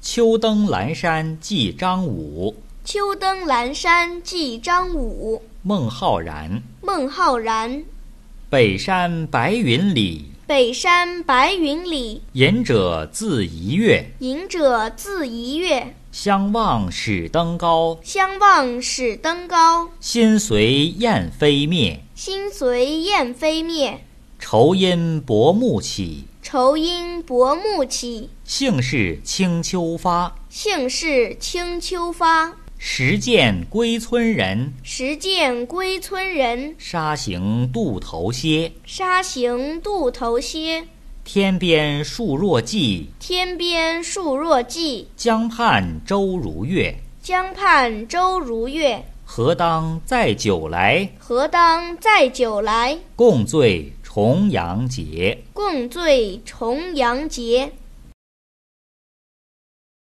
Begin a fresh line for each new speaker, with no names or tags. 秋登兰山记张武、
秋登兰山记张武、
孟浩然。
孟浩然。
北山白云里，
北山白云里，
隐者自怡悦。
隐者自怡悦。
相望始登高，
相望始登高，
心随雁飞灭。
心随雁飞灭。
愁因薄暮起，
愁因薄暮起，
兴是清秋发。
兴是清秋发。
时见归村人，
时见归村人，
沙行渡头歇。
沙行渡头歇。
天边树若霁，
天边树若霁，
江畔舟如月。
江畔舟如月。
何当载酒来，
何当载酒来，
共醉重阳节。
共醉重阳节。